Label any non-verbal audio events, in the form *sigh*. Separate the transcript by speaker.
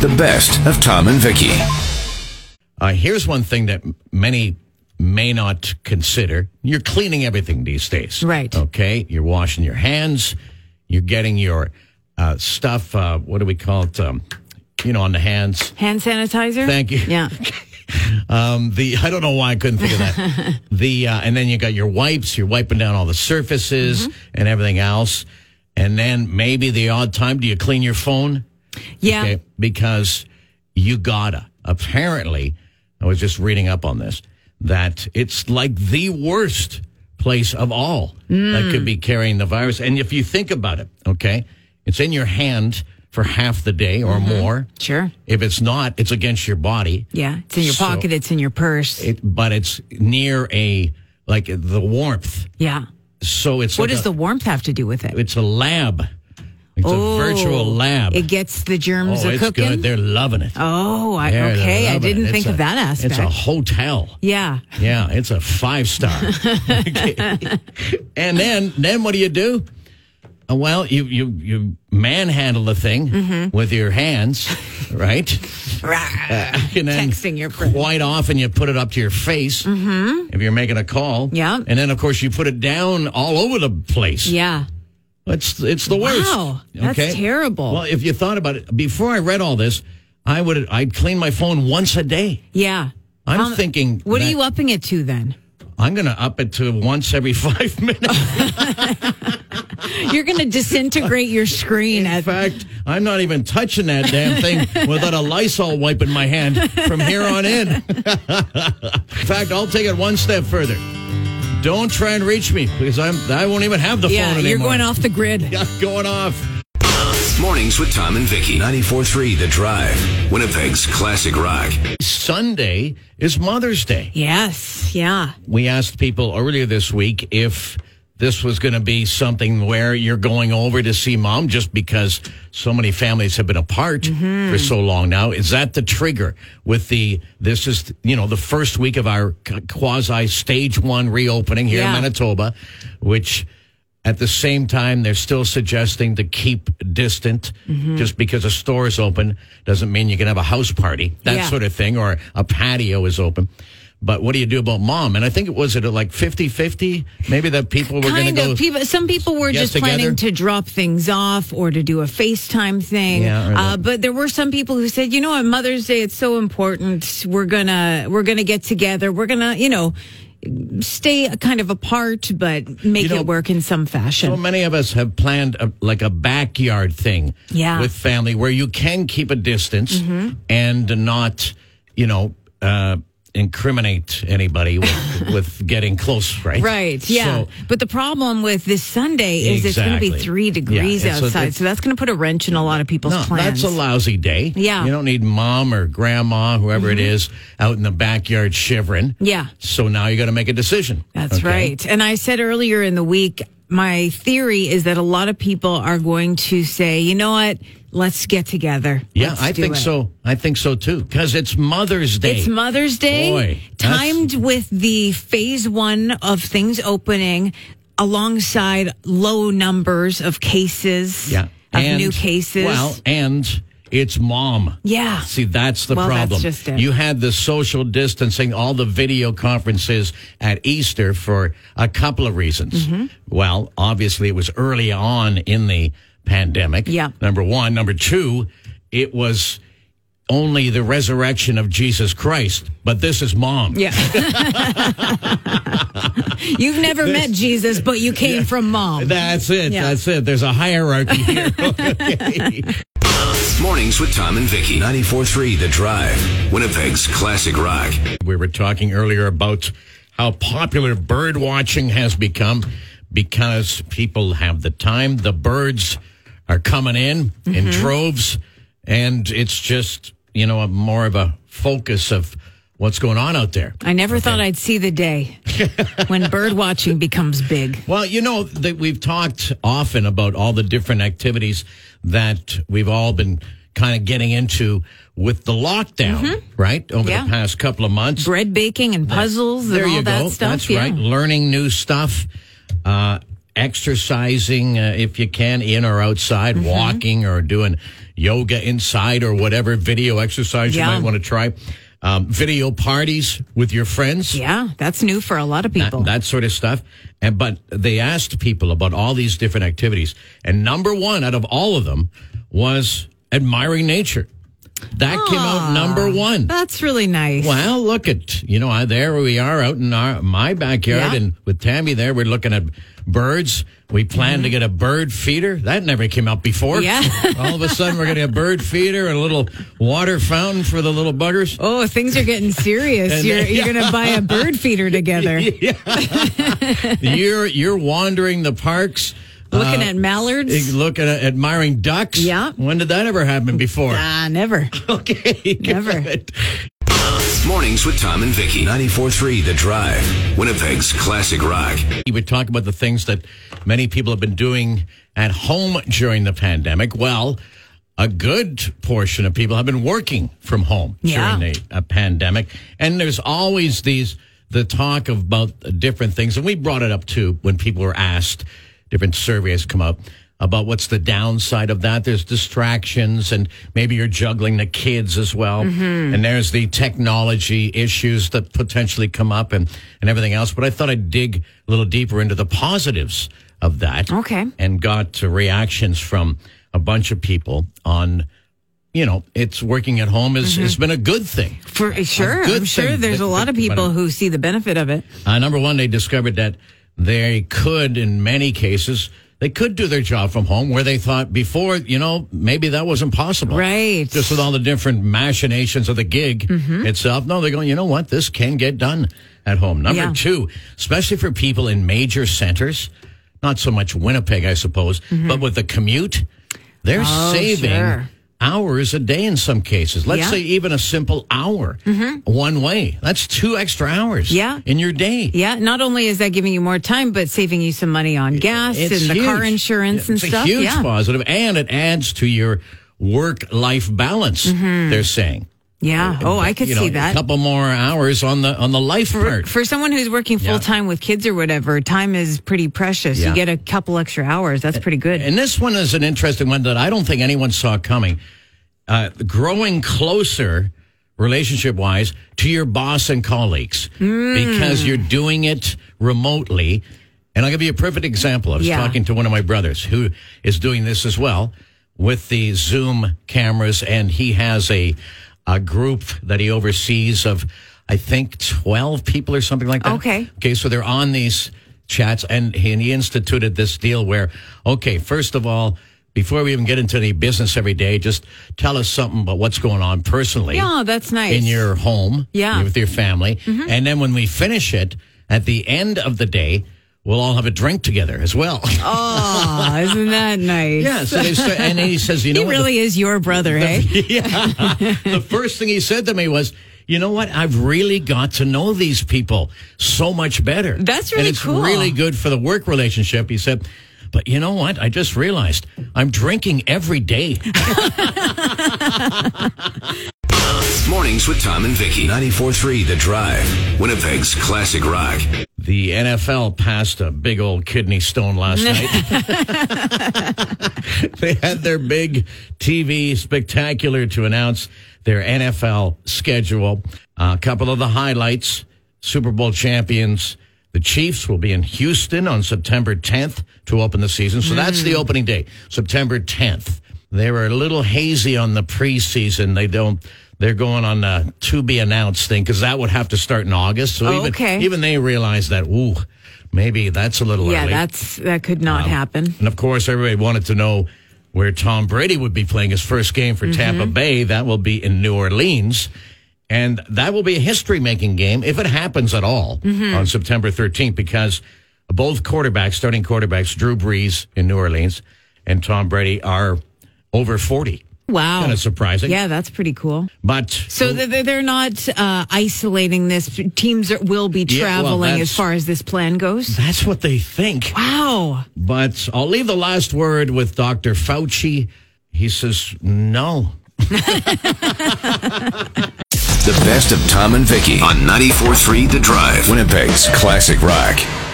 Speaker 1: the best of Tom and Vicky.
Speaker 2: Uh, here's one thing that many may not consider. You're cleaning everything these days.
Speaker 3: Right.
Speaker 2: Okay. You're washing your hands. You're getting your uh, stuff. Uh, what do we call it? Um, you know, on the hands.
Speaker 3: Hand sanitizer?
Speaker 2: Thank you.
Speaker 3: Yeah.
Speaker 2: Um, the I don't know why I couldn't think of
Speaker 3: *laughs*
Speaker 2: that. the uh, and then you got your wipes. You're wiping down all the surfaces
Speaker 3: Mm-hmm.
Speaker 2: and everything else. And then maybe the odd time, do you clean your phone?
Speaker 3: Yeah.
Speaker 2: because you gotta. Apparently, I was just reading up on this that it's like the worst place of all that could be carrying the virus. And if you think about it, okay, it's in your hand for half the day or
Speaker 3: Mm-hmm.
Speaker 2: more.
Speaker 3: Sure.
Speaker 2: If it's not, it's against your body.
Speaker 3: Yeah. It's in your
Speaker 2: So-
Speaker 3: pocket, it's in your purse.
Speaker 2: It, but it's near a like the warmth.
Speaker 3: yeah.
Speaker 2: So it's
Speaker 3: What
Speaker 2: like
Speaker 3: does
Speaker 2: a,
Speaker 3: the warmth have to do with it?
Speaker 2: It's a lab. It's a virtual
Speaker 3: Oh,
Speaker 2: lab.
Speaker 3: It gets the germs
Speaker 2: oh,
Speaker 3: of
Speaker 2: it's
Speaker 3: cooking.
Speaker 2: good. They're loving it.
Speaker 3: Oh, I,
Speaker 2: They're
Speaker 3: okay. I
Speaker 2: loving it.
Speaker 3: didn't
Speaker 2: It's
Speaker 3: think
Speaker 2: a-
Speaker 3: of that aspect.
Speaker 2: It's a hotel. *laughs*
Speaker 3: yeah.
Speaker 2: Yeah, it's a five
Speaker 3: *laughs*
Speaker 2: star. *laughs* and then, then what do you do? Uh, Well, you you you manhandle the thing
Speaker 3: Mm-hmm.
Speaker 2: with your hands,
Speaker 3: *laughs*
Speaker 2: right? and then
Speaker 3: Texting your friend. Mm-hmm.
Speaker 2: quite often you put it up to your face if you're making a call.
Speaker 3: Yeah.
Speaker 2: and then of course you put it down all over the place.
Speaker 3: Yeah.
Speaker 2: It's it's the worst.
Speaker 3: Wow, that's terrible.
Speaker 2: Well, if you thought about it before I read all this, I would I'd clean my phone once a day.
Speaker 3: Yeah.
Speaker 2: I'm
Speaker 3: Um,
Speaker 2: thinking.
Speaker 3: What
Speaker 2: that
Speaker 3: are you upping it to then?
Speaker 2: I'm going to up it to once every *laughs* five minutes.
Speaker 3: You're going to disintegrate your
Speaker 2: In
Speaker 3: screen. at,
Speaker 2: fact, I'm not even touching that damn
Speaker 3: *laughs*
Speaker 2: thing without a Lysol wipe in my hand from here on in. in fact, I'll take it one step further. Don't try and reach me because I'm I won't even have the
Speaker 3: yeah,
Speaker 2: phone
Speaker 3: you're
Speaker 2: anymore.
Speaker 3: going off the
Speaker 2: *laughs*
Speaker 3: grid.
Speaker 2: Yeah, going off.
Speaker 1: Mornings with Tom and Vicky. 94.3 The Drive. Winnipeg's classic rock.
Speaker 2: Sunday is Mother's Day.
Speaker 3: Yes. Yeah.
Speaker 2: we asked people earlier this week if this was going to be something where you're going over to see mom just because so many families have been apart for so long now is that the trigger with the this is you know the first week of our quasi stage 1 reopening here in
Speaker 3: Yeah.
Speaker 2: Manitoba which at the same time they're still suggesting to keep distant
Speaker 3: Mm-hmm.
Speaker 2: just because a store is open doesn't mean you can have a house party that
Speaker 3: Yeah.
Speaker 2: sort of thing or a patio is open but what do you do about mom and i think it was at like 50-50 maybe that people were going to
Speaker 3: kind
Speaker 2: go
Speaker 3: of people some people were
Speaker 2: Yes,
Speaker 3: just planning
Speaker 2: together?
Speaker 3: to drop things off or to do a facetime thing
Speaker 2: Yeah, or
Speaker 3: uh,
Speaker 2: the-
Speaker 3: but there were some people who said you know on mother's day it's so important we're gonna we're gonna get together we're gonna you know stay kind of apart but make
Speaker 2: You know,
Speaker 3: it work in some fashion
Speaker 2: so many of us have planned a, like a backyard thing
Speaker 3: Yeah. Mm-hmm.
Speaker 2: with family where you can keep a distance and not you know uh, incriminate anybody
Speaker 3: *laughs*
Speaker 2: with, with getting close right
Speaker 3: Right, yeah.
Speaker 2: So-
Speaker 3: but the problem with this Sunday is it's going to
Speaker 2: Exactly.
Speaker 3: be three
Speaker 2: Yeah,
Speaker 3: degrees
Speaker 2: it's a-
Speaker 3: outside,
Speaker 2: it's-
Speaker 3: so that's going to put a wrench in a lot of people's
Speaker 2: No,
Speaker 3: plans.
Speaker 2: that's a lousy day.
Speaker 3: Yeah. Mm-hmm.
Speaker 2: You don't need mom or grandma, whoever it is, out in the backyard shivering.
Speaker 3: Yeah.
Speaker 2: So now you got to make a decision.
Speaker 3: That's
Speaker 2: okay?
Speaker 3: right. And I said earlier in the week, my theory is that a lot of people are going to say, you know what, let's get together.
Speaker 2: Yeah,
Speaker 3: Let's
Speaker 2: I
Speaker 3: do
Speaker 2: think
Speaker 3: it."
Speaker 2: so. I think so too. Because it's Mother's Day.
Speaker 3: It's Mother's Day,
Speaker 2: Boy, that's-
Speaker 3: timed with the phase one of things opening alongside low numbers of cases,
Speaker 2: Yeah.
Speaker 3: of new cases.
Speaker 2: Well, and it's mom.
Speaker 3: Yeah.
Speaker 2: See, that's the
Speaker 3: Well, that's
Speaker 2: problem.
Speaker 3: just it.
Speaker 2: You had the social distancing, all the video conferences at Easter for a couple of reasons.
Speaker 3: Mm-hmm.
Speaker 2: Well, obviously, it was early on in the pandemic.
Speaker 3: Yeah.
Speaker 2: Number one. Number two, it was only the resurrection of Jesus Christ, but this is mom.
Speaker 3: yeah. *laughs* You've never met Jesus, but you came from mom.
Speaker 2: That's it.
Speaker 3: Yeah.
Speaker 2: That's it. There's a
Speaker 3: *laughs*
Speaker 2: hierarchy here. Okay.
Speaker 1: Mornings with Tom and Vicky. 94.3 The Drive. Winnipeg's classic rock.
Speaker 2: We were talking earlier about how popular bird watching has become because people have the time. The birds are coming in in droves, and it's just, you know, a, more of a focus of what's going on out there.
Speaker 3: I never thought I'd see the day
Speaker 2: *laughs*
Speaker 3: when bird watching becomes big.
Speaker 2: Well, you know that we've talked often about all the different activities that we've all been kind of getting into with the lockdown, right? Over
Speaker 3: Yeah.
Speaker 2: the past couple of months.
Speaker 3: bread baking and puzzles
Speaker 2: there
Speaker 3: and
Speaker 2: you
Speaker 3: all that
Speaker 2: go.
Speaker 3: stuff.
Speaker 2: That's
Speaker 3: yeah.
Speaker 2: right. Learning new stuff,
Speaker 3: Mm-hmm.
Speaker 2: uh, exercising uh, if you can, in or outside, walking or doing yoga inside or whatever video exercise
Speaker 3: Yeah.
Speaker 2: you might want to try. Um, video parties with your friends.
Speaker 3: Yeah, that's new for a lot of people.
Speaker 2: That, that sort of stuff. And but they asked people about all these different activities, and number one out of all of them was admiring nature. That came out number one.
Speaker 3: that's really nice.
Speaker 2: Well, look at you know I, there we are out in our my backyard,
Speaker 3: Yeah.
Speaker 2: and with Tammy there, we're looking at birds. We plan to get a bird feeder that never came out before.
Speaker 3: Mm-hmm.
Speaker 2: *laughs*
Speaker 3: Yeah.
Speaker 2: All of a sudden, we're going to have a bird feeder and a little water fountain for the little
Speaker 3: *laughs*
Speaker 2: buggers.
Speaker 3: Oh, things are getting serious.
Speaker 2: And
Speaker 3: you're
Speaker 2: then-
Speaker 3: you're gonna buy a bird
Speaker 2: *laughs*
Speaker 3: feeder together.
Speaker 2: you're you're wandering the parks.
Speaker 3: Looking at mallards.
Speaker 2: Look at admiring ducks.
Speaker 3: Yeah.
Speaker 2: When did that ever happen before?
Speaker 3: Ah, never.
Speaker 2: *laughs* Okay.
Speaker 3: Never.
Speaker 2: good.
Speaker 1: Mornings with Tom and Vicky. 94.3 The Drive. Winnipeg's classic rock.
Speaker 2: You would talk about the things that many people have been doing at home during the pandemic. Well, a good portion of people have been working from home
Speaker 3: Yeah.
Speaker 2: during the uh, pandemic, and there's always these the talk of about different things, and we brought it up too when people were asked. Different surveys come up about what's the downside of that. There's distractions, and maybe you're juggling the kids as well, and there's the technology issues that potentially come up, and and everything else. But I thought I'd dig a little deeper into the positives of that.
Speaker 3: Okay.
Speaker 2: And got uh, reactions from a bunch of people on, you know, it's working at home has, has been a good thing.
Speaker 3: For sure,
Speaker 2: good
Speaker 3: I'm sure
Speaker 2: thing uh,
Speaker 3: there's
Speaker 2: that-
Speaker 3: a lot of
Speaker 2: that-
Speaker 3: people who see the benefit of it.
Speaker 2: Uh, number one, they discovered that they could, in many cases, they could do their job from home where they thought before, you know, maybe that wasn't possible.
Speaker 3: Right.
Speaker 2: Just with all the different machinations of the gig
Speaker 3: Mm-hmm.
Speaker 2: itself. No, they're going, you know what? This can get done at home. Number
Speaker 3: Yeah.
Speaker 2: two, especially for people in major centers, not so much Winnipeg, I suppose, but with the commute, they're
Speaker 3: Mm-hmm. Oh,
Speaker 2: saving
Speaker 3: sure.
Speaker 2: hours a day in some cases. Let's
Speaker 3: Yeah. Mm-hmm.
Speaker 2: say even a simple hour one way. That's two extra hours
Speaker 3: Yeah.
Speaker 2: in your day.
Speaker 3: Yeah, not only is that giving you more time, but saving you some money on gas and the car
Speaker 2: huge.
Speaker 3: insurance and
Speaker 2: it's a
Speaker 3: stuff.
Speaker 2: huge
Speaker 3: yeah.
Speaker 2: positive, and it adds to your work-life balance.
Speaker 3: Mm-hmm.
Speaker 2: They're saying.
Speaker 3: Yeah. Oh, I could
Speaker 2: You know,
Speaker 3: see that.
Speaker 2: A couple more hours on the on the life part.
Speaker 3: For someone who's working full time with kids or whatever, time is pretty precious.
Speaker 2: Yeah.
Speaker 3: You get a couple extra hours. That's pretty good.
Speaker 2: and this one is an interesting one that I don't think anyone saw coming. Uh, growing closer, relationship wise, to your boss and colleagues
Speaker 3: Hmm.
Speaker 2: because you're doing it remotely. And I'll give you a perfect example. I was
Speaker 3: Yeah.
Speaker 2: talking to one of my brothers who is doing this as well with the Zoom cameras, and he has a a group that he oversees of, I think, twelve people or something like that.
Speaker 3: Okay.
Speaker 2: Okay, so they're on these chats, and he, and he instituted this deal where, okay, first of all, before we even get into any business every day, just tell us something about what's going on personally.
Speaker 3: Yeah, that's nice.
Speaker 2: In your home,
Speaker 3: Yeah. Mm-hmm.
Speaker 2: with your family, and then when we finish it at the end of the day, we'll all have a drink together as well. Oh,
Speaker 3: Aw, isn't that nice?
Speaker 2: *laughs* yeah. So they start, and he says, you know,
Speaker 3: *laughs* He
Speaker 2: what? The
Speaker 3: really is your brother, eh?
Speaker 2: the first thing he said to me was, you know what? I've really got to know these people so much better.
Speaker 3: That's
Speaker 2: and
Speaker 3: really
Speaker 2: it's
Speaker 3: cool.
Speaker 2: really good for the work relationship. He said, but you know what? I just realized I'm drinking every day.
Speaker 1: Mornings with Tom and Vicky. 94.3 The Drive. Winnipeg's classic rock.
Speaker 2: the NFL passed a big old kidney stone last night. *laughs* they had their big TV spectacular to announce their NFL schedule. a couple of the highlights Super Bowl champions. The Chiefs will be in Houston on September 10th to open the season. So that's the opening day, September 10th. They were a little hazy on the preseason. They don't. They're going on a to be announced thing because that would have to start in August. So even,
Speaker 3: Okay.
Speaker 2: even they realized that, ooh, maybe that's a little
Speaker 3: Yeah,
Speaker 2: early.
Speaker 3: that's that could not happen.
Speaker 2: and of course, everybody wanted to know where Tom Brady would be playing his first game
Speaker 3: Mm-hmm.
Speaker 2: for Tampa Bay. That will be in New Orleans. And that will be a history making game if it happens at all
Speaker 3: Mm-hmm.
Speaker 2: on September 13th because both quarterbacks, starting quarterbacks, Drew Brees in New Orleans and Tom Brady, are over 40.
Speaker 3: Wow.
Speaker 2: Kind of surprising.
Speaker 3: Yeah, that's pretty cool.
Speaker 2: But
Speaker 3: So th- th- they're not uh, isolating this. Teams are, will be
Speaker 2: Yeah, well,
Speaker 3: traveling as
Speaker 2: that's-
Speaker 3: far as this plan goes.
Speaker 2: that's what they think.
Speaker 3: Wow.
Speaker 2: But I'll leave the last word with Dr. Fauci. He says, no.
Speaker 1: The best of Tom and Vicky on 94.3 The Drive. Winnipeg's classic rock.